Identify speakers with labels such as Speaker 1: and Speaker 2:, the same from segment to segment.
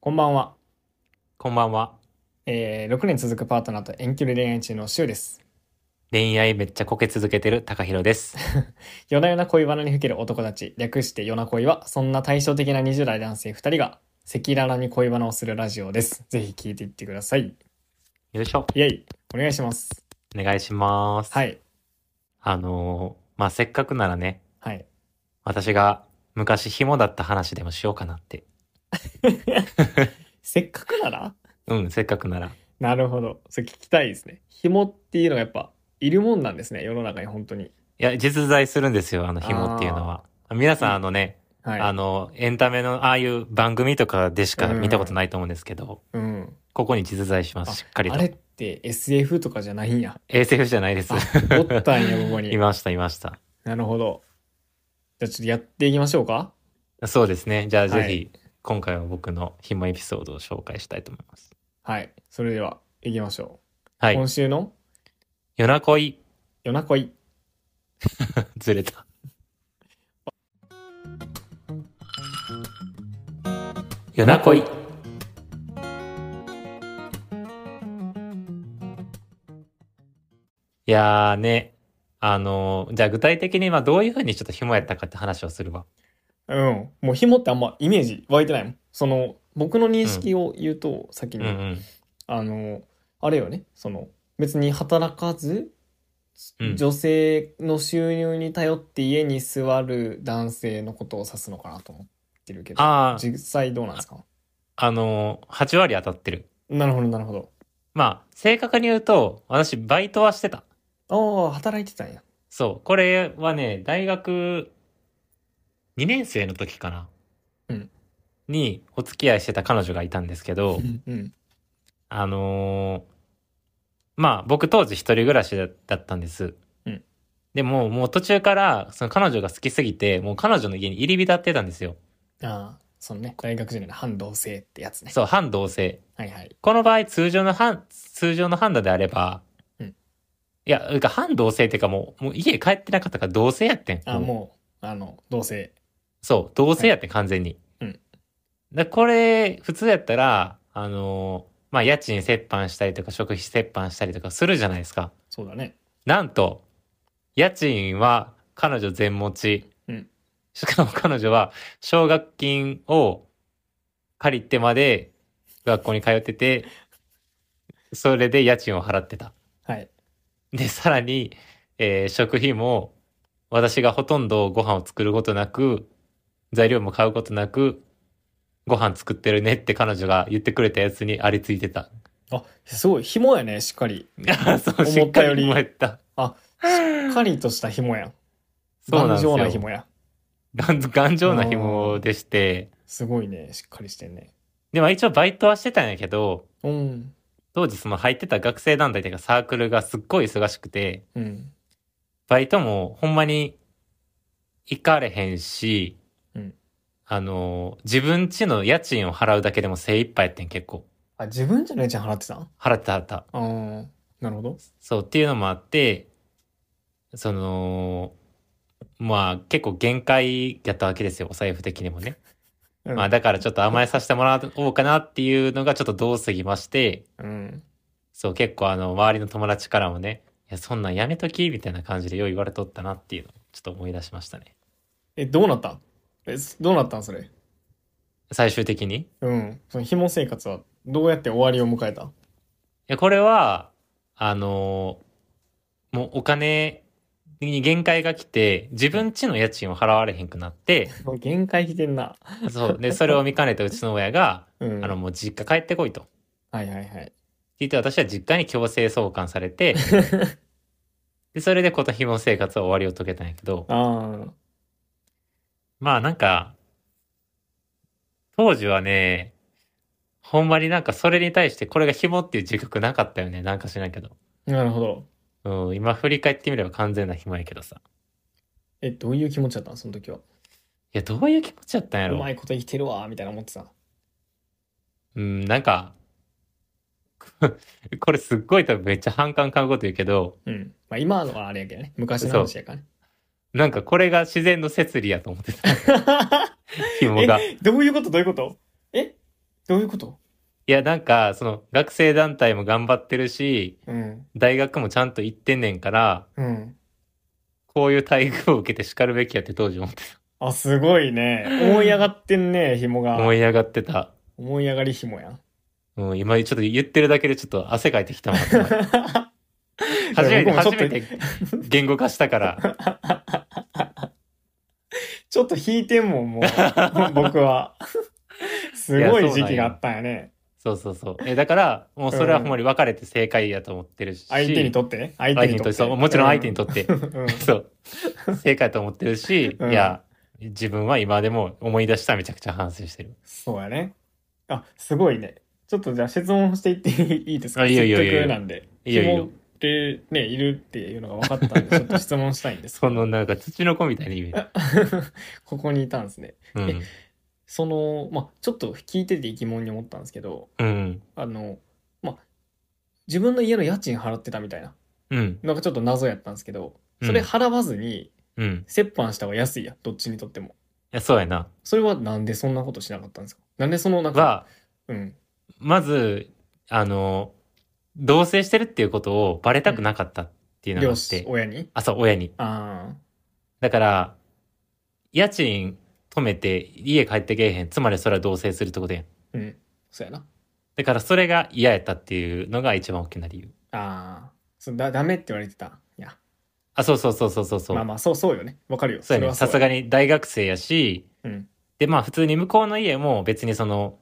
Speaker 1: こんばんは、
Speaker 2: こんばんは。
Speaker 1: えー、6年続くパートナーと遠距離恋愛中のシュウです
Speaker 2: 恋愛めっちゃこけ続けてる高弘です。
Speaker 1: 夜な夜な恋バナにふける男たち略して夜な恋はそんな対照的な20代男性2人が赤裸々に恋バナをするラジオですぜひ聞いていってください
Speaker 2: よいしょ。
Speaker 1: イエイお願いします
Speaker 2: お願いします。。
Speaker 1: はいい
Speaker 2: あのー、まあ、せっかくならね、
Speaker 1: はい
Speaker 2: 私が昔紐だった話でもしようかなって。
Speaker 1: せっかくなら
Speaker 2: うん、せっかくなら。
Speaker 1: なるほどそれ聞きたいですね紐っていうのがやっぱいるもんなんですね世の中に本当に
Speaker 2: いや、実在するんですよ、あの紐っていうのは。皆さん、あのね、
Speaker 1: はい
Speaker 2: あの、エンタメのああいう番組とかでしか
Speaker 1: うん
Speaker 2: 見たことないと思うんですけど、
Speaker 1: うん
Speaker 2: ここに実在します、しっかり
Speaker 1: あ
Speaker 2: と
Speaker 1: れ。って SF とかじゃないんや
Speaker 2: SF じゃないです
Speaker 1: あ。おったんやここに
Speaker 2: いました、いました。
Speaker 1: なるほど。じゃあちょっとやっていきましょうか。
Speaker 2: そうですね。じゃあ、ぜ
Speaker 1: は
Speaker 2: ひ、今回は僕の紐エピソードを紹介したいと思います。
Speaker 1: はい。それでは行きましょう。
Speaker 2: はい
Speaker 1: 今。週の
Speaker 2: 夜な恋、
Speaker 1: 夜な恋。
Speaker 2: ずれた。夜な恋。いやーね、あのーじゃあ具体的に今どういうふうにちょっと紐やったかって話をするわ。
Speaker 1: うん。もう紐ってあんまイメージ湧いてないもん。その、僕の認識を言うと、先
Speaker 2: うん
Speaker 1: に、
Speaker 2: うん。
Speaker 1: あの、あれよね、その、別に働かず、
Speaker 2: うん
Speaker 1: 女性の収入に頼って家に座る男性のことを指すのかなと思ってるけど、
Speaker 2: ああ、
Speaker 1: 実際どうなんですか
Speaker 2: あのー、8割当たってる。
Speaker 1: なるほど、なるほど。
Speaker 2: まあ、正確に言うと、私バイトはしてた。
Speaker 1: ああ、働いてたんや。
Speaker 2: そう。これはね、大学2年生の時かな。
Speaker 1: うん
Speaker 2: にお付き合いしてた彼女がいたんですけど、
Speaker 1: うん。
Speaker 2: あのーまあ僕当時一人暮らしだだったんです。
Speaker 1: うん
Speaker 2: でも、もう途中から、その彼女が好きすぎて、もう彼女の家に入り浸ってたんですよ。
Speaker 1: ああ、そのね、大学時代の反動性ってやつね。
Speaker 2: そう、反同性。
Speaker 1: はいはい。
Speaker 2: この場合、通常の反、通常の判断であれば、
Speaker 1: うん
Speaker 2: いや、なんか反同性っていうかもう、もう家帰ってなかったから同性やってん。
Speaker 1: あ、もう、あの、同性。
Speaker 2: そう、同性やって完全に。
Speaker 1: うん
Speaker 2: で、これ、普通やったら、あのーまあ、家賃折半したりとか、食費折半したりとかするじゃないですか。
Speaker 1: そうだね。
Speaker 2: なんと、家賃は彼女全持ち。
Speaker 1: うん
Speaker 2: しかも彼女は、奨学金を借りてまで学校に通ってて、それで家賃を払ってた。
Speaker 1: はい。
Speaker 2: で、さらに、えー食費も、私がほとんどご飯を作ることなく、材料も買うことなく、ご飯作ってるねって彼女が言ってくれたやつにありついてた。
Speaker 1: あ、すごい、紐やね、しっかり。
Speaker 2: そう、し
Speaker 1: 思
Speaker 2: っ
Speaker 1: った
Speaker 2: か
Speaker 1: より
Speaker 2: り思えた。
Speaker 1: しっかりとした紐やん。
Speaker 2: そう
Speaker 1: 頑
Speaker 2: なんです
Speaker 1: 丈
Speaker 2: よ。
Speaker 1: な紐や。
Speaker 2: 頑頑丈な紐でして、
Speaker 1: すごいね、しっかりしてんね。
Speaker 2: でも一応バイトはしてたんやけど、
Speaker 1: うん。
Speaker 2: 当時その入ってた学生団体というかサークルがすっごい忙しくて、
Speaker 1: うん。
Speaker 2: バイトもほんまに行かれへんし、
Speaker 1: うん
Speaker 2: あの、自分家の家賃を払うだけでも精一杯やってん結構。
Speaker 1: あ、自分じゃないじゃん払ってたん
Speaker 2: 払って払った。
Speaker 1: あーなるほど。
Speaker 2: そうっていうのもあって、その、まあ結構限界やったわけですよ、お財布的にもね。
Speaker 1: うん
Speaker 2: まあだからちょっと甘えさせてもらおうかなっていうのがちょっと遠すぎまして、
Speaker 1: うん。
Speaker 2: そう、結構あの、周りの友達からもね、いや、そんなんやめときみたいな感じでよう言われとったなっていうのをちょっと思い出しましたね。
Speaker 1: え、どうなったんえ、すどうなったんそれ。
Speaker 2: 最終的に。い
Speaker 1: うん。その紐生活はどうやって終わりを迎えたん
Speaker 2: や、これは、あのーもうお金に限界が来て、自分家の家賃を払われへんく なって、
Speaker 1: もう限界来てんな。
Speaker 2: そう、で、それを見かねたうちの親が、
Speaker 1: うん。
Speaker 2: あの、
Speaker 1: はい
Speaker 2: もう実家帰ってこいと。
Speaker 1: はいはい。
Speaker 2: 聞いて私は実家に強制送還されて、 で、それでこの紐生活は終わりを遂げたんやけど、
Speaker 1: ああ。
Speaker 2: まあなんか、当時はね、ほんまになんかそれに対してこれが紐っていう自覚なかったよね。なんかしないけど。
Speaker 1: なるほど。
Speaker 2: うん、今振り返ってみれば完全な紐やけどさ。
Speaker 1: え、どういう気持ちだったんその時は。
Speaker 2: いや、どういう気持ちやったんや
Speaker 1: う
Speaker 2: ろ
Speaker 1: ま。いこと生きてるわーみたいな思ってた。
Speaker 2: うん、なんか、 これすっごい多分めっちゃ反感買うこと言うけど、
Speaker 1: うん。まあ今のはあれやけどね。昔の話やからね。
Speaker 2: なんかこれが自然の摂理やと思ってた。紐が。
Speaker 1: どういうことどういうことえどういうこと
Speaker 2: いや、なんか、その、学生団体も頑張ってるし、
Speaker 1: うん。
Speaker 2: 大学もちゃんと行ってんねんから、
Speaker 1: うん。
Speaker 2: こういう待遇を受けて叱るべきやって当時思って
Speaker 1: あ、すごいね。思い上がってんね、紐
Speaker 2: た。
Speaker 1: が。
Speaker 2: 思い上がってた。
Speaker 1: 思い上がり紐やん。
Speaker 2: うん、今ちょっと言ってるだけでちょっと汗かいて きたもん。 初めて、
Speaker 1: 僕もちょっと
Speaker 2: 初めて言語化し たから。
Speaker 1: ちょっと引いてんも ん、もう。僕は。すごい時期があったんやね。
Speaker 2: そうそうそう。え、だから、もうそれはほんまに別れて正解やと思ってるし。
Speaker 1: 相手にとって相手
Speaker 2: 相手
Speaker 1: に
Speaker 2: に
Speaker 1: とっ。
Speaker 2: とっててそうもちろん相手にとっ て。
Speaker 1: って。うん。
Speaker 2: そう。正解やと思ってるし、
Speaker 1: うん
Speaker 2: いや、自分は今でも思い出したらめちゃくちゃ反省してる。
Speaker 1: そうやね。あ、すごいね。ちょっとじゃあ質問していっていいですか
Speaker 2: あいいよいいよ
Speaker 1: せっか
Speaker 2: いい
Speaker 1: く
Speaker 2: よ
Speaker 1: なんで。
Speaker 2: いいよいいよ
Speaker 1: 紐でね、いるっていうのが分かったんで、ちょっと質問したいんです
Speaker 2: そのなんか土の子みたいな 意味で。
Speaker 1: ここにいたんですね。
Speaker 2: うん。
Speaker 1: その、まあ、ちょっと聞いてて疑問に思ったんですけど、
Speaker 2: うん。
Speaker 1: あの、まあ、自分の家の家賃払ってたみたいな、
Speaker 2: うん。
Speaker 1: なんかちょっと謎やったんですけど、
Speaker 2: うん
Speaker 1: それ払わずに
Speaker 2: うん。
Speaker 1: 折半した方が安いやん、どっちにとっても。
Speaker 2: いや、そうやな。
Speaker 1: それはなんでそんなことしなかったんですかなんでそのなんか、
Speaker 2: は、
Speaker 1: うん。
Speaker 2: まず、あの、同棲してるっていうことをバレたくなかったっていうのがあ
Speaker 1: 両
Speaker 2: って、
Speaker 1: 親、親に
Speaker 2: あ、そう、親に。
Speaker 1: ああ、
Speaker 2: だから、家賃止めて家帰ってけえへん。つまりそれは同棲するってことやん。
Speaker 1: うん。そうやな。
Speaker 2: だからそれが嫌やったっていうのが一番大きな理由。
Speaker 1: ああ、そうだ、ダメって言われてた。いや、
Speaker 2: あ、そうそうそうそうそうそう。
Speaker 1: まあまあ、そうそうよね。わかるよ。
Speaker 2: そうやね。
Speaker 1: は
Speaker 2: さすがに大学生やし、
Speaker 1: うん。
Speaker 2: で、まあ普通に向こうの家も別にその、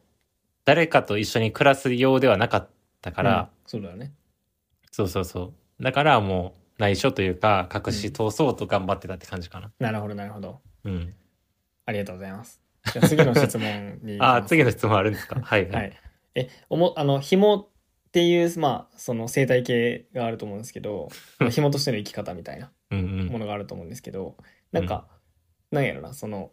Speaker 2: 誰かと一緒に暮らすようではなかったから、
Speaker 1: うん、そうだよね。
Speaker 2: そうそうそう。だからもう内緒というか、隠し通そうと頑張ってたって感じかな。
Speaker 1: なるほど、なるほど。
Speaker 2: うん。
Speaker 1: ありがとうございます。じゃあ次の質問に行きます。
Speaker 2: あ、次の質問あるんです かはいは。
Speaker 1: はいい。え、おも、あの、紐っていう、まあ、その生態系があると思うんですけ ど、まあ紐としての生き方みたいな
Speaker 2: うんう
Speaker 1: も
Speaker 2: ん。
Speaker 1: のがあると思うんですけど、なんか、なんやろな、その、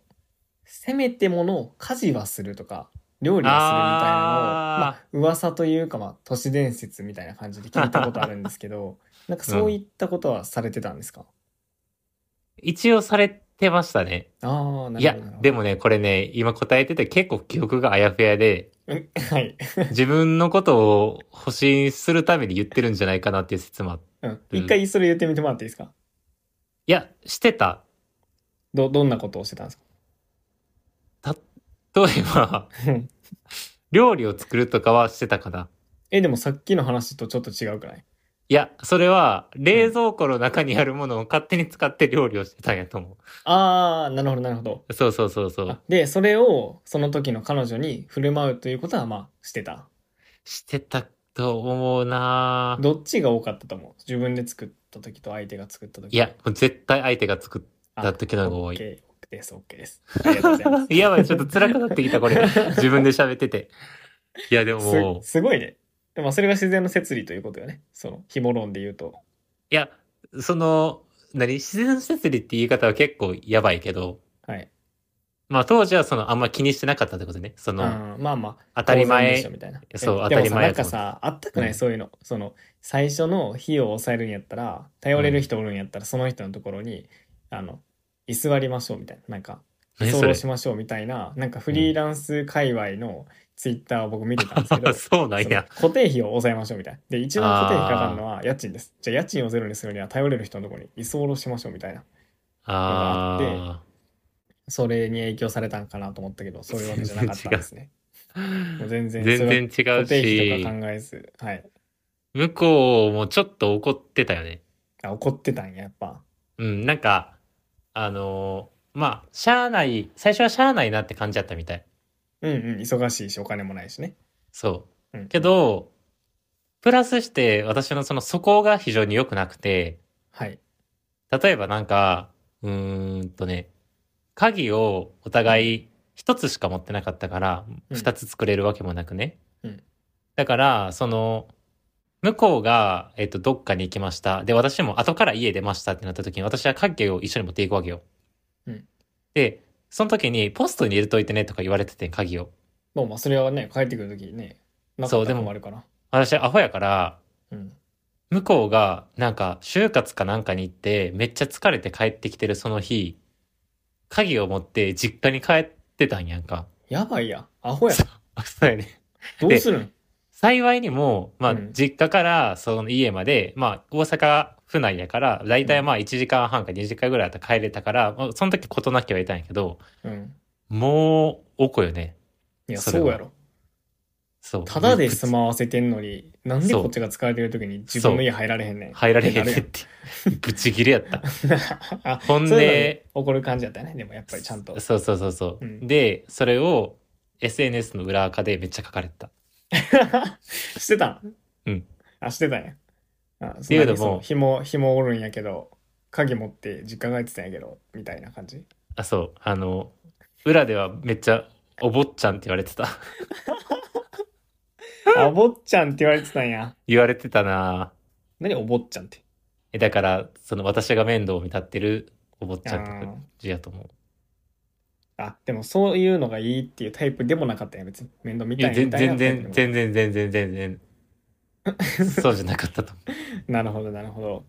Speaker 1: せめてものを家事はするとか、料理はするみたいなのを、
Speaker 2: あー
Speaker 1: まあ、噂というか、まあ、都市伝説みたいな感じで聞いたことあるんですけ ど、なんかそういったことはされてたんですか、
Speaker 2: 一応されてましたね。
Speaker 1: ああ、ないる
Speaker 2: や
Speaker 1: ほど。、
Speaker 2: で
Speaker 1: も、
Speaker 2: もね、これね、今答えてて結構記憶があやふ やで、
Speaker 1: うん はい。
Speaker 2: 自分のことを保身するために言ってるんじゃないかなっていう説もあって。
Speaker 1: うん。
Speaker 2: うん
Speaker 1: 一回それ言ってみてもらっていいですか
Speaker 2: いや、してた。
Speaker 1: ど、どんなことをしてたんですか
Speaker 2: 例えば、
Speaker 1: うん
Speaker 2: 料理を作るとかはしてたかな。
Speaker 1: え、でもさっきの話とちょっと違うくない
Speaker 2: いや、それは、冷蔵庫の中にあるものを勝手に使って料理をしてたんやと思
Speaker 1: ああ、なるほど、なるほど。
Speaker 2: う。そうそうそうそう
Speaker 1: あ。で、それをその時の彼女に振る舞うということは、まあ、してた。
Speaker 2: してたと思うなぁ
Speaker 1: どっちが多かったと思う自分で作った時と相手が作った時。
Speaker 2: いや、もう絶対相手が作っ
Speaker 1: あ、
Speaker 2: だった時の方が多い。
Speaker 1: OK です、OK です。ありがとうございます
Speaker 2: いやばい、ちょっと辛くなってき た、これ。自分で喋ってて。いや、でも
Speaker 1: す、すごいね。でもそれが自然の摂理ということよね。その、紐論で言うと。
Speaker 2: いや、その、何、自然摂理って言い方は結構やばいけど、
Speaker 1: はい。
Speaker 2: まあ当時はその、あんま気にしてなかったってことね。その、
Speaker 1: うん、まあまあ、
Speaker 2: 当たり
Speaker 1: 当然
Speaker 2: 前
Speaker 1: でしょみたいな。
Speaker 2: そう
Speaker 1: え
Speaker 2: 当たり前や
Speaker 1: で
Speaker 2: と
Speaker 1: も
Speaker 2: 思う
Speaker 1: さ、なんかさ、あったくない、
Speaker 2: うん
Speaker 1: そういうの。その、最初の費用を抑えるんやったら、頼れる人おるんやったら、その人のところに、あの、居座りましょうみたいな。なんか、居
Speaker 2: 何それ
Speaker 1: 候しましょうみたいな、なんかフリーランス界隈のツイッターを僕見てたんですけど、
Speaker 2: そうなんや。
Speaker 1: その固定費を抑えましょうみたいな。で、一番固定費かかるのは家賃です。じゃあ家賃をゼロにするには頼れる人のところに居候しましょうみたいな。
Speaker 2: ああ。
Speaker 1: それに影響されたんかなと思ったけど、そういうわけじゃなかったんです ね。もう全然、それは
Speaker 2: 全然違う
Speaker 1: 固定費とか
Speaker 2: し、
Speaker 1: 考えず、はい。
Speaker 2: 向こうもちょっと怒ってたよね。
Speaker 1: あ、怒ってたんや、やっぱ。
Speaker 2: うん、なんか、あのーまあ、しゃあない、最初はしゃあないなって感じだったみたい。
Speaker 1: うんうん、忙しいし、お金もないしね。
Speaker 2: そ
Speaker 1: うん、
Speaker 2: う。け、ど、プラスして私のその素行が非常に良くなくて、
Speaker 1: はい。
Speaker 2: 例えばなんか、うーんとね、鍵をお互い一つしか持ってなかったから、
Speaker 1: うん
Speaker 2: 二つ作れるわけもなくね。
Speaker 1: うん
Speaker 2: だから、その、向こうが、えっと、どっかに行きました。で、私も後から家出ましたってなった時に、私は鍵を一緒に持っていくわけよ。
Speaker 1: うん
Speaker 2: で、その時に、ポストに入れといてねとか言われてて、鍵を。
Speaker 1: もうまあ、それはね、帰ってくるときにね、なか
Speaker 2: そ
Speaker 1: っ
Speaker 2: う
Speaker 1: た
Speaker 2: で
Speaker 1: の
Speaker 2: も
Speaker 1: もあるから。
Speaker 2: 私、アホやから、
Speaker 1: うん。
Speaker 2: 向こうが、なんか、就活かなんかに行って、めっちゃ疲れて帰ってきてるその日、鍵を持って実家に帰ってたんやんか。
Speaker 1: やばいや、アホや。
Speaker 2: そうやね。
Speaker 1: どうするん
Speaker 2: 幸いにも、まあ
Speaker 1: うん、
Speaker 2: 実家からその家まで、まあ、大阪府内やから、だいたいまあ、1時間半か2時間ぐらいだったら帰れたから、まあ、その時事なきはいたんやけど、
Speaker 1: うん。
Speaker 2: もう、おこよね。
Speaker 1: いや、
Speaker 2: そ
Speaker 1: そ
Speaker 2: れ
Speaker 1: う
Speaker 2: は
Speaker 1: やろ。
Speaker 2: そう。
Speaker 1: ただで住まわせてんのに、なんでこっちが使われてる時に自分の家入られへんね ん。
Speaker 2: 入られへんね
Speaker 1: っ
Speaker 2: って
Speaker 1: なる
Speaker 2: て。ぶち切れやった。
Speaker 1: やん。
Speaker 2: ほん
Speaker 1: んで
Speaker 2: で、
Speaker 1: 怒る感じだったよね。でもやっぱりちゃんと。
Speaker 2: そうそうそうそう。
Speaker 1: うん
Speaker 2: で、それを SNS の裏垢でめっちゃ書かれてた。
Speaker 1: してたん
Speaker 2: うん。
Speaker 1: あ、してたんや。あ、
Speaker 2: ていうのも
Speaker 1: そんなにそう紐、紐おるんやけど、鍵持って実家帰ってたんやけど、みたいな感じ。
Speaker 2: あ、そう。あの、裏ではめっちゃ、お坊ちゃんって言われてた。
Speaker 1: あ、 お坊ちゃんって言われてたんや。
Speaker 2: 言われてたな
Speaker 1: 何お坊ちゃんって。
Speaker 2: えだから、その私が面倒を見立ってるお坊ちゃんって
Speaker 1: あー
Speaker 2: 感じやと思う。
Speaker 1: あ、でもそういうのがいいっていうタイプでもなかったんや。別に面倒見
Speaker 2: い
Speaker 1: た
Speaker 2: や、
Speaker 1: いみ
Speaker 2: 全
Speaker 1: たいなタ
Speaker 2: 然、
Speaker 1: イプでも。
Speaker 2: 全然、全然、全然、全 然。そうじゃなかったと思
Speaker 1: なるほど、なるほど。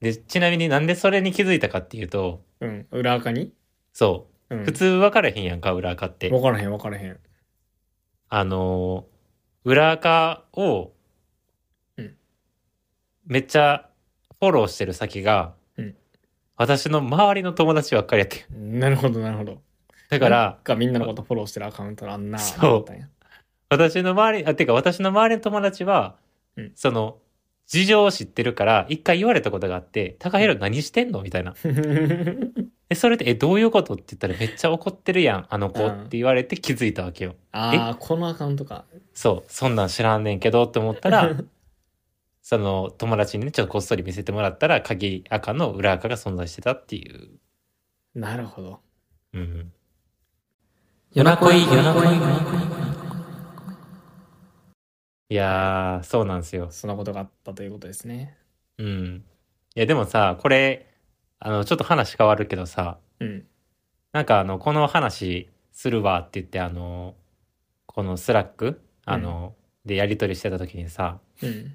Speaker 2: う。で、ちなみになんでそれに気づいたかっていうと、
Speaker 1: うん。裏垢に
Speaker 2: そうう。
Speaker 1: ん。
Speaker 2: 普通分からへんやんか、裏垢って。
Speaker 1: 分からへん、分からへん。
Speaker 2: あのー裏垢を
Speaker 1: うん、
Speaker 2: めっちゃフォローしてる先が
Speaker 1: うん、
Speaker 2: 私の周りの友達ばっかりやって。
Speaker 1: なるほど、なるほど。
Speaker 2: だから
Speaker 1: なん、かみんなのことフォローしてるアカウントのあんな
Speaker 2: そう
Speaker 1: あったんや
Speaker 2: 私の周り、あ、てか私の周りの友達は、
Speaker 1: うん
Speaker 2: その、事情を知ってるから、一回言われたことがあって、高弘何してんのみたいな。え、それで、え、どういうことって言ったら、めっちゃ怒ってるやん、あの子
Speaker 1: う
Speaker 2: っ
Speaker 1: ん
Speaker 2: て言われて気づいたわけよ。
Speaker 1: ああ、このアカウントか。
Speaker 2: そう、そんなん知らんねんけどって思っ たら、その、友達にね、ちょっとこっそり見せてもらったら、鍵赤の裏赤が存在してたっていう。
Speaker 1: なるほど。
Speaker 2: うん。
Speaker 1: 夜な恋、夜な恋。
Speaker 2: いやー、そうなんですよ。
Speaker 1: そんなことがあったということですね。
Speaker 2: うん。いや、でもさ、これ、あの、ちょっと話変わるけどさ、
Speaker 1: うん。
Speaker 2: なんかあの、この話するわって言って、あの、このスラック、あの、でやり取りしてた時にさ、
Speaker 1: うん。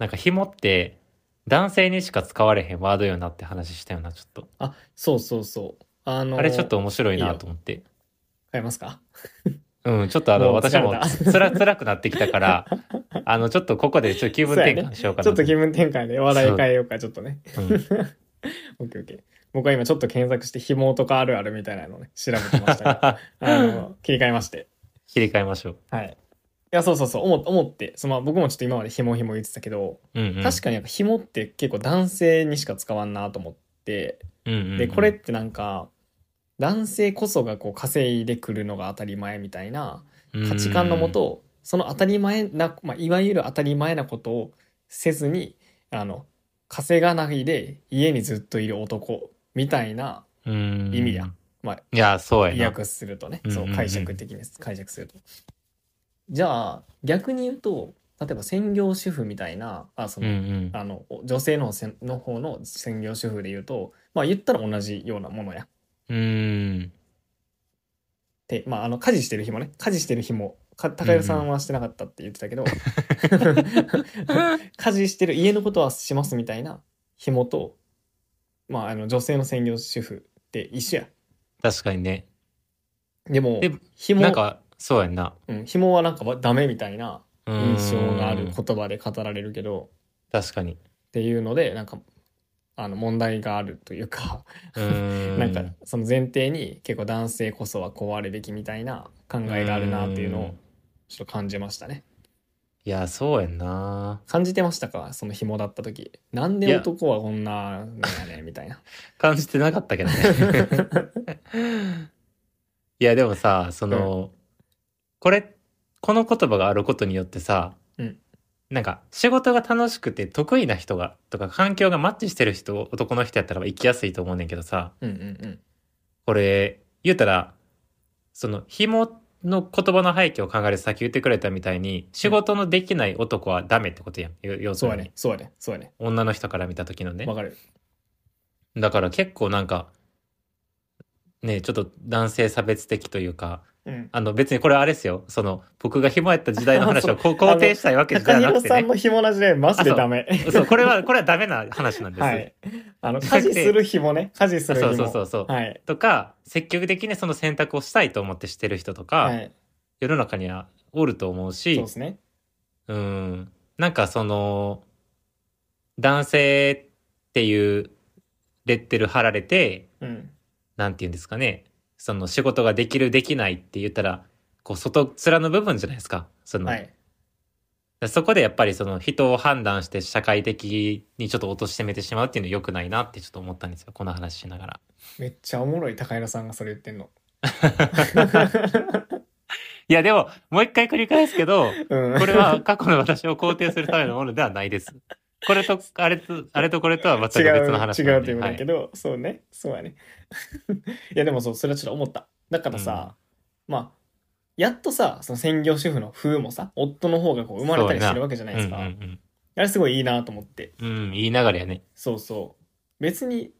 Speaker 2: なんか紐って男性にしか使われへんワードよなって話したよな、ちょっと。
Speaker 1: あ、そうそうそう。あのー
Speaker 2: あれちょっと面白い
Speaker 1: いい
Speaker 2: な
Speaker 1: よ
Speaker 2: と思って。
Speaker 1: 買えますか
Speaker 2: うん、ちょっとあの、
Speaker 1: もう疲れ
Speaker 2: 私
Speaker 1: た
Speaker 2: もつら、辛くなってき たから、あの、ちょっとここでちょっと気分転換しようかな。
Speaker 1: ちょっと気分転換で話題変えようか、ちょっとね。
Speaker 2: うん
Speaker 1: オッケーオッケー。僕は今ちょっと検索して、紐とかあるあるみたいなのをね、調べてました が あの、切り替えまして。
Speaker 2: 切り替えましょう。
Speaker 1: はい。いや、そうそうそう、思思って、その僕もちょっと今まで紐紐言ってたけど、
Speaker 2: うん、うん。
Speaker 1: 確かにやっぱ紐って結構男性にしか使わんなと思って、
Speaker 2: に。うん、うん。
Speaker 1: で、これっ、てなんか、男性こそがこう稼いでくるのが当たり前みたいな価値観のも。と、その当たり前な、まあ、いわゆる当たり前なことをせずに、あの、稼がないで家にずっといる男みたいな、
Speaker 2: うん。
Speaker 1: 意味や。まあ、
Speaker 2: いや、そうやな。
Speaker 1: 訳するとね、
Speaker 2: うん
Speaker 1: そう
Speaker 2: うんうん
Speaker 1: 解釈的に解釈すると。じゃあ逆に言うと例えば専業主婦みたいなあそ
Speaker 2: うん
Speaker 1: の、
Speaker 2: うん。
Speaker 1: あの女性の方せんの方の専業主婦で言うとまあ言ったら同じようなものや。
Speaker 2: うん。
Speaker 1: でまああの家事してる日もね家事してる日もか高代さんはしてなかったって言ってたけ ど、家事してる家のことはしますみたいな紐と、まあ、あの女性の専業主婦って一緒や。
Speaker 2: 確かにね。
Speaker 1: でも
Speaker 2: で
Speaker 1: 紐
Speaker 2: なんか、そうやんな。
Speaker 1: うん、紐はなんかダメみたいな
Speaker 2: うーん
Speaker 1: 印象がある言葉で語られるけど
Speaker 2: 確かに。
Speaker 1: っていうのでなんかあの問題があるというか、
Speaker 2: うーん
Speaker 1: なんかその前提に結構男性こそはこうあるべきみたいな考えがあるなっていうの
Speaker 2: う
Speaker 1: を
Speaker 2: ん
Speaker 1: ちょっと感じましたね。
Speaker 2: いや、そうやんな。
Speaker 1: 感じてましたかその紐だった時。なんで男はこんなのやねんみたいな。
Speaker 2: 感じてなかった けどね。いや、でもさ、その、これ、この言葉があることによってさ、
Speaker 1: うん
Speaker 2: なんか、仕事が楽しくて得意な人が、とか、環境がマッチしてる人、男の人やったら生きやすいと思うねんけどさ、
Speaker 1: うんうんうん。
Speaker 2: これ、言うたら、その、紐の言葉の背景を考えるとさっき言ってくれたみたいに、仕事のできない男はダメってことやん。要要す
Speaker 1: そう
Speaker 2: る
Speaker 1: や
Speaker 2: に、
Speaker 1: ね。そうやね。そうやね。
Speaker 2: 女の人から見た時のね。
Speaker 1: わかる。
Speaker 2: だから結構なんか、ね、ちょっと男性差別的というか、
Speaker 1: うん。
Speaker 2: あの別にこれはあれですよ、その僕が紐やった時代の話をこう
Speaker 1: あの
Speaker 2: 肯定したいわけじ
Speaker 1: 高
Speaker 2: ゃなく
Speaker 1: 弘
Speaker 2: て
Speaker 1: さん
Speaker 2: ね。
Speaker 1: の紐なじね、マジでダメ。
Speaker 2: そう、これは、これはダメな話なんで す。
Speaker 1: はい。あの、家事する紐ね。家事す
Speaker 2: あ
Speaker 1: る
Speaker 2: そ
Speaker 1: 紐。
Speaker 2: うそうそうそう。
Speaker 1: はい。
Speaker 2: とか、積極的にその選択をしたいと思ってしてる人とか、
Speaker 1: はい。
Speaker 2: 世の中にはおると思うし
Speaker 1: そうですね。
Speaker 2: うん。なんかその、男性っていうレッテル貼られて、
Speaker 1: うん。
Speaker 2: なんて言うんですかね。その仕事ができるできないって言ったら、こう外面の部分じゃないですか。その、
Speaker 1: はい。
Speaker 2: そこでやっぱりその人を判断して社会的にちょっと貶としめてしまうっていうの良くないなってちょっと思ったんですよ。この話しながら。
Speaker 1: めっちゃおもろい高平さんがそれ言ってんの。
Speaker 2: いやでも、もう一回繰り返すけど、
Speaker 1: うん。
Speaker 2: これは過去の私を肯定するためのものではないです。これと、あれと、あれとこれとは
Speaker 1: 違
Speaker 2: 全く別
Speaker 1: う
Speaker 2: の話
Speaker 1: 違
Speaker 2: な
Speaker 1: うということだけど、そうねそうやね いやでもそうそれはちょっと思っただからさ、まあやっとさその専業主婦の風もさ夫の方がこう生まれたりしてるわけじゃないですか、
Speaker 2: はいうんうん
Speaker 1: あれすごいいいなと思って
Speaker 2: うん。うん、いい流れやね。
Speaker 1: そうそう別に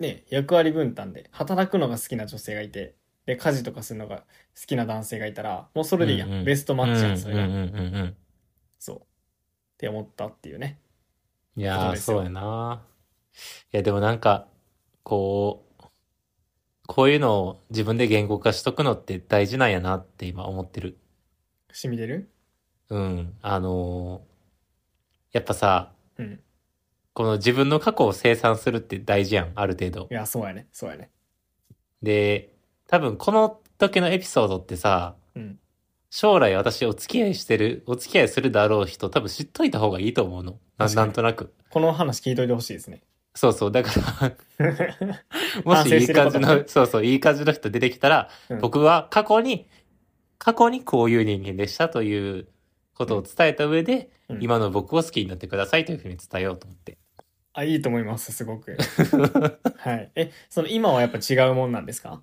Speaker 1: ね役割分担で働くのが好きな女性がいてで家事とかするのが好きな男性がいたらもうそれでいいや、
Speaker 2: うんうん
Speaker 1: ベストマッチやんそれが、
Speaker 2: うんうんうんうん
Speaker 1: そうって思ったっていうね
Speaker 2: い
Speaker 1: こ
Speaker 2: や
Speaker 1: と
Speaker 2: ー、
Speaker 1: ですよ
Speaker 2: そうやな。いや、でもなんか、こう、こういうのを自分で言語化しとくのって大事なんやなって今思ってる。
Speaker 1: しみ出る
Speaker 2: うん。あのーやっぱさ、
Speaker 1: うん
Speaker 2: この自分の過去を清算するって大事やん、ある程度
Speaker 1: い。やそうやねそうやね
Speaker 2: で、多分この時のエピソードってさ、
Speaker 1: うん
Speaker 2: 将来私お付き合いしてる、お付き合いするだろう人多分知っといた方がいいと思うの。な
Speaker 1: 確かに
Speaker 2: なんとなく。
Speaker 1: この話聞いといてほしいです ね
Speaker 2: そうそう。だから、もしい
Speaker 1: 反省し
Speaker 2: い感じ
Speaker 1: てること
Speaker 2: の、そうそう、いい感じの人出てきたら、
Speaker 1: うん
Speaker 2: 僕は過去に、過去にこういう人間でしたということを伝えた上で、
Speaker 1: うん
Speaker 2: 今の僕を好きになってくださいというふうに伝えようと思って。
Speaker 1: あ、いいと思います、すごく。はい。え、その今はやっぱ違うもんなんですか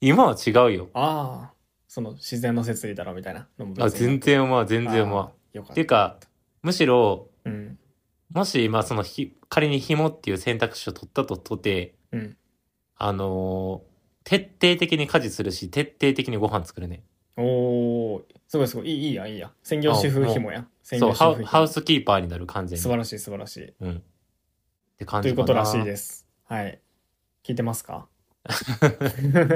Speaker 2: 今は違うよ。
Speaker 1: ああ、その自然の説理だろみたいなのも別に
Speaker 2: あ全然思わん、全然思わん。
Speaker 1: ああよかった。
Speaker 2: っていうか、むしろ、
Speaker 1: うん、
Speaker 2: もし、まあ、そのひ、仮に紐っていう選択肢を取ったととて、
Speaker 1: うん。
Speaker 2: あのー徹底的に家事するし、徹底的にご飯作るね。
Speaker 1: おー、すごいすごい。いいいいや、いいや。専業主婦紐や。専
Speaker 2: そう
Speaker 1: 業
Speaker 2: ハ
Speaker 1: 主
Speaker 2: ウ、
Speaker 1: 婦
Speaker 2: ハウ
Speaker 1: 紐。
Speaker 2: スキーパーになる、完全に。
Speaker 1: 素晴らしい、素晴らしい。
Speaker 2: うん。って感
Speaker 1: と
Speaker 2: じ
Speaker 1: い
Speaker 2: か
Speaker 1: うことらしいです。はい。聞いてます か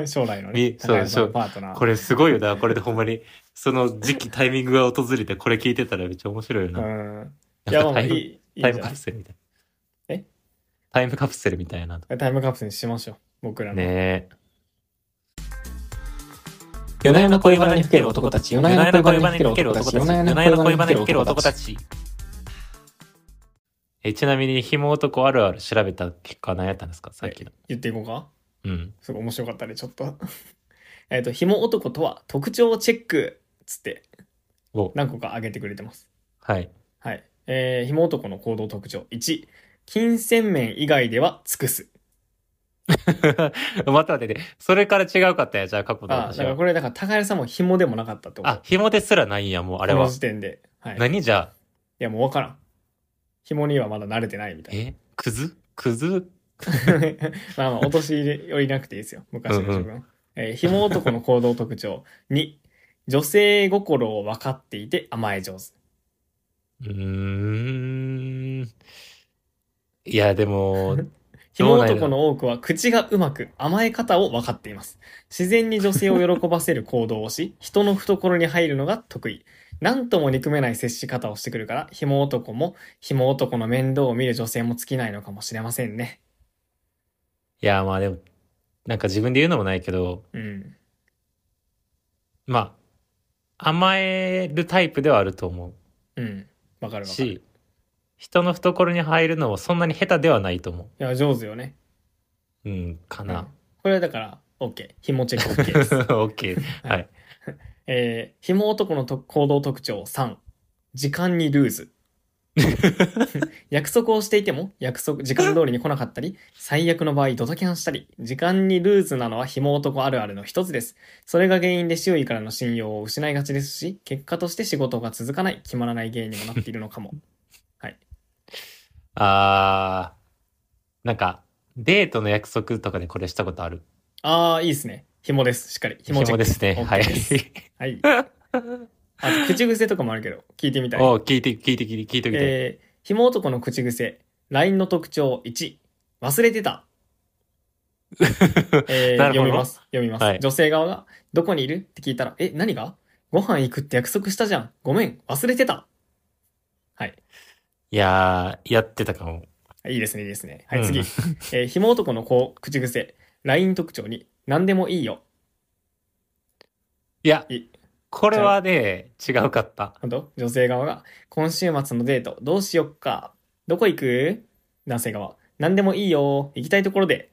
Speaker 1: 将来のね
Speaker 2: み、そ
Speaker 1: 高橋さん
Speaker 2: う
Speaker 1: の
Speaker 2: そう
Speaker 1: パートナー。
Speaker 2: これすごいよな。これでほんまに、その 時期タイミングが訪れて、これ聞いてたらめっちゃ面白いよ
Speaker 1: う
Speaker 2: な。
Speaker 1: ん。いや、まあま
Speaker 2: タ
Speaker 1: あ、い
Speaker 2: イ
Speaker 1: い、
Speaker 2: ム、
Speaker 1: いいんじゃ
Speaker 2: タイム
Speaker 1: な
Speaker 2: カ
Speaker 1: い
Speaker 2: プセルみたいな。
Speaker 1: え
Speaker 2: タイムカプセルみたいな。
Speaker 1: タイムカプセルにしましょう。僕らの。
Speaker 2: ねえ。
Speaker 1: 夜な夜な恋バナにふける男たち、夜な夜な恋バナにふける男たち、夜な夜な恋バナにふける男たち。
Speaker 2: ち。え、ちなみに、ひも男あるある調べた結果は何やったんですかさっきの。
Speaker 1: 言っていこうか。
Speaker 2: うん。
Speaker 1: すごい面白かったね、ちょっと。 えっと、紐男とは特徴をチェックっつって
Speaker 2: お、
Speaker 1: 何個か挙げてくれてます。
Speaker 2: はい。
Speaker 1: はい。えー、紐男の行動特徴。1、金銭面以外では尽くす。
Speaker 2: 待って待って待って。それから違うかったや、じゃあ過去の
Speaker 1: あ、だ
Speaker 2: 話
Speaker 1: から
Speaker 2: は。
Speaker 1: これ、だから高原さんも紐でもなかったってこと。
Speaker 2: あ、、ひもですらないんや、もうあれ
Speaker 1: こ
Speaker 2: は
Speaker 1: の。時点で。はい。い
Speaker 2: 何じゃあ、
Speaker 1: や、もうわからん。紐にはまだ慣れてないみたい
Speaker 2: えクズクズ
Speaker 1: な。 まあまあ、落とし寄りなくていいですよ。昔の自分。えー、紐男の行動特徴。2、女性心を分かっていて甘え上手。
Speaker 2: うーん。いや、でも、
Speaker 1: ひも男の多くは口がうまく甘え方を分かっています。自然に女性を喜ばせる行動をし、人の懐に入るのが得意。なんとも憎めない接し方をしてくるから、ひも男も、ひも男の面倒を見る女性も尽きないのかもしれませんね。
Speaker 2: いや、まあでも、なんか自分で言うのもないけど、
Speaker 1: うん。
Speaker 2: まあ、甘えるタイプではあると思
Speaker 1: うん。わかる
Speaker 2: う
Speaker 1: わかる。い
Speaker 2: し、人の懐に入るのもそんなに下手ではないと思
Speaker 1: や、上手よね。
Speaker 2: う。うん、か
Speaker 1: うん
Speaker 2: な。
Speaker 1: これはだから、OK。ひもチェック OK
Speaker 2: オ
Speaker 1: です。
Speaker 2: ッケ ー。はい。
Speaker 1: えー、ひも男のと行動特徴3、時間にルー ズ。約束をしていても、約束、時間通りに来なかったり、最悪の場合、ドタキャンしたり、時間にルーズなのはひも男あるあるの一つです。それが原因で周囲からの信用を失いがちですし、結果として仕事が続かない、決まらない原因にもなっているのか も。
Speaker 2: あー、なんか、デートの約束とかでこれしたことある。
Speaker 1: あー、いいですね。ひもです。しっかり。ひもチェッ
Speaker 2: 紐
Speaker 1: ク
Speaker 2: ですね。はい
Speaker 1: OK です。はい。あと、口癖とかもあるけど、聞いてみたい。
Speaker 2: おう聞いて、聞いて、聞いて、聞いてみて。
Speaker 1: えー、ひも男の口癖 LINE の特徴1忘れて た、えー
Speaker 2: なるほど
Speaker 1: 読みます読みます、
Speaker 2: はい
Speaker 1: 女性側が「どこにいる?」って聞いたら「え何がご飯行くって約束したじゃん。ごめん、忘れてた。
Speaker 2: いやー、やってたかも。
Speaker 1: いいですね、いいですね。はい、次。
Speaker 2: うん
Speaker 1: えー、ひも男の子、口癖。LINE 特徴に、何でもいいよ。
Speaker 2: いや
Speaker 1: い、
Speaker 2: これはね、違うかった。
Speaker 1: あと、女性側が、今週末のデート、どうしよっか。どこ行く男性側、何でもいいよ。行きたいところで。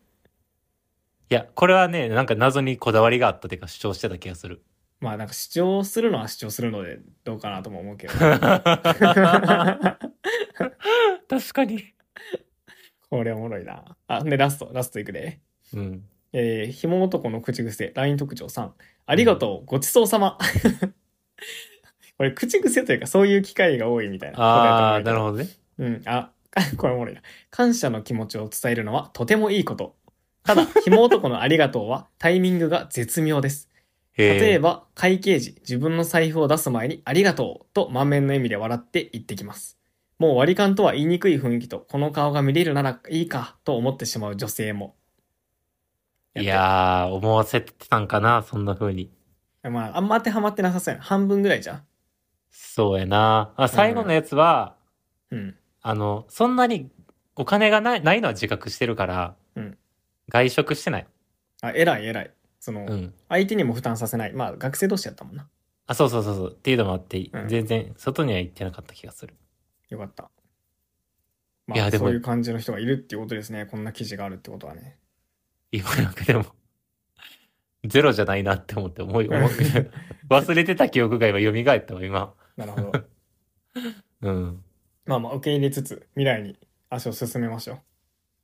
Speaker 2: いや、これはね、なんか謎にこだわりがあったというか主張してた気が する。
Speaker 1: まあ、なんか主張するのは主張するので、どうかなとも思うけど。
Speaker 2: 確かに。
Speaker 1: これおもろいな。あ、で、ラスト、ラストいくで。
Speaker 2: うん。
Speaker 1: えー、ひも男の口癖、LINE 特徴3。ありがとう、ごちそうさま。 これ、口癖というか、そういう機会が多いみたいなことやと思
Speaker 2: あ
Speaker 1: うけ
Speaker 2: ー、なるほどね。
Speaker 1: うん、あ、 これおもろいな。感謝の気持ちを伝えるのはとてもいいこと。ただ、紐男のありがとうはタイミングが絶妙です。
Speaker 2: へー
Speaker 1: 例えば、会計時、自分の財布を出す前にありがとうと満面の笑みで笑って言ってきます。もう割り勘とは言いにくい雰囲気と、この顔が見れるならいいかと思ってしまう女性も。
Speaker 2: いやー、思わせてたんかな、そんな風に。
Speaker 1: まあ、あんま当てはまってなさそうやな。半分ぐらいじゃん。
Speaker 2: そうやな。あ最後のやつは、
Speaker 1: うん。
Speaker 2: あの、そんなにお金がないないのは自覚してるから、
Speaker 1: うん
Speaker 2: 外食してない。
Speaker 1: あ、偉い偉い。その、
Speaker 2: うん。
Speaker 1: 相手にも負担させない。まあ、学生同士やったもんな。
Speaker 2: あ、そうそうそうそう。っていうのもあって、
Speaker 1: うん
Speaker 2: 全然外には行ってなかった気がする。
Speaker 1: よかった。
Speaker 2: い
Speaker 1: ま
Speaker 2: や
Speaker 1: あ、
Speaker 2: でも
Speaker 1: そういう感じの人がいるっていうことですね。こんな記事があるってことはね。
Speaker 2: 今なんかでも、ゼロじゃないなって思って、思い、思い忘れてた記憶が今蘇ったわ、今。
Speaker 1: なる ほど。
Speaker 2: うん。
Speaker 1: まあまあ、受け入れつつ、未来に足を進めましょ
Speaker 2: い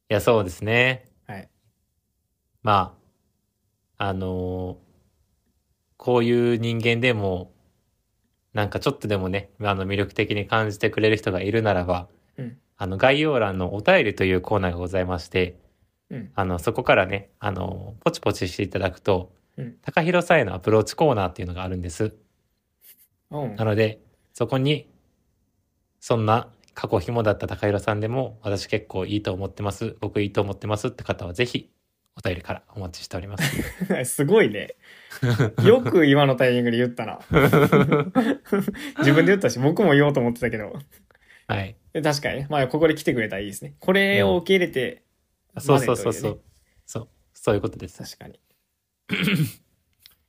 Speaker 2: や、そうですね。
Speaker 1: はい。
Speaker 2: まあ、あのーこういう人間でも、なんかちょっとでもね、あの魅力的に感じてくれる人がいるならば、
Speaker 1: うん
Speaker 2: あの概要欄のお便りというコーナーがございまして、
Speaker 1: う。うん。
Speaker 2: あの、そこからね、あの、ポチポチしていただくと
Speaker 1: うん、
Speaker 2: 高弘さんへのアプローチコーナーっていうのがあるんです。
Speaker 1: うん
Speaker 2: な。ので、そこに、そんな過去紐だった高弘さんでも、私結構いいと思ってます、僕いいと思ってますって方は、ぜひ、お便りからお待ちしておりま す。
Speaker 1: すごいね。よく今のタイミングで言った な。自分で言ったし、僕も言おうと思ってたけど。
Speaker 2: はい。
Speaker 1: で確かにね。まあ、ここで来てくれたらいいですね。これを受け入れて、
Speaker 2: そうそうそ
Speaker 1: ま
Speaker 2: うそ
Speaker 1: でという
Speaker 2: う
Speaker 1: ね。
Speaker 2: そう、そういうことで
Speaker 1: 確
Speaker 2: す。
Speaker 1: かに。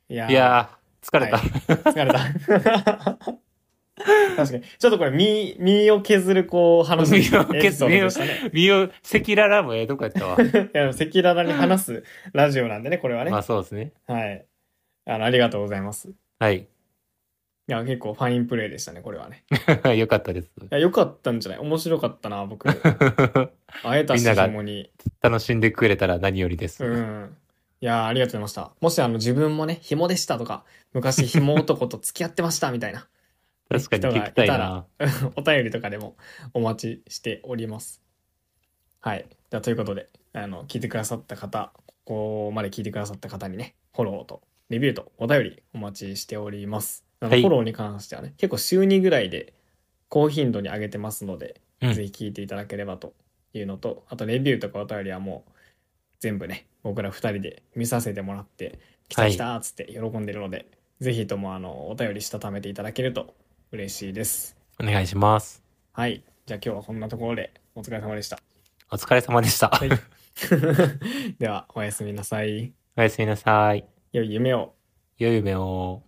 Speaker 1: いやー
Speaker 2: いやー、疲れた。
Speaker 1: はい疲れた。確かに。ちょっとこれ、身、身を削る、こう、話す。
Speaker 2: 身を削る
Speaker 1: エピソードでしたね。
Speaker 2: 身を、赤裸々もええとこやったわ。
Speaker 1: いや、赤裸々に話すラジオなんでね、これはね。
Speaker 2: まあそうですね。
Speaker 1: はい。あの、ありがとうございます。い
Speaker 2: はい。
Speaker 1: や、結構ファインプレーでしたね、これはね。い
Speaker 2: よかったです。
Speaker 1: や、良かったんじゃない面白かったな、僕。会えた
Speaker 2: み
Speaker 1: し、
Speaker 2: んなが
Speaker 1: 共に。
Speaker 2: 楽しんでくれたら何よりです。
Speaker 1: うん。いやー、ありがとうございました。もし、あの、自分もね、紐でしたとか、昔紐男と付き合ってました、みたいな、
Speaker 2: 確かに
Speaker 1: 人が
Speaker 2: 聞
Speaker 1: い
Speaker 2: きた
Speaker 1: た
Speaker 2: い
Speaker 1: ら
Speaker 2: な。
Speaker 1: お便りとかでもお待ちしております。はい。じゃあ、ということで、あの、聞いてくださった方、ここまで聞いてくださった方にね、フォローと、レビューとお便りお待ちしております。あの
Speaker 2: はい
Speaker 1: フォローに関してはね、結構週2ぐらいで高頻度に上げてますので、
Speaker 2: うん
Speaker 1: ぜひ聞いていただければというのと、あとレビューとかお便りはもう全部ね、僕ら2人で見させてもらって、来た
Speaker 2: はい
Speaker 1: 来たーっつって喜んでるので、ぜひともあの、お便りしたためていただけると嬉しいです。
Speaker 2: お願いします。
Speaker 1: はい。じゃあ今日はこんなところでお疲れ様でした。
Speaker 2: お疲れ様でした。
Speaker 1: いでは、おやすみなさい。
Speaker 2: おやすみなさい。
Speaker 1: 良い夢を。
Speaker 2: 良い夢を。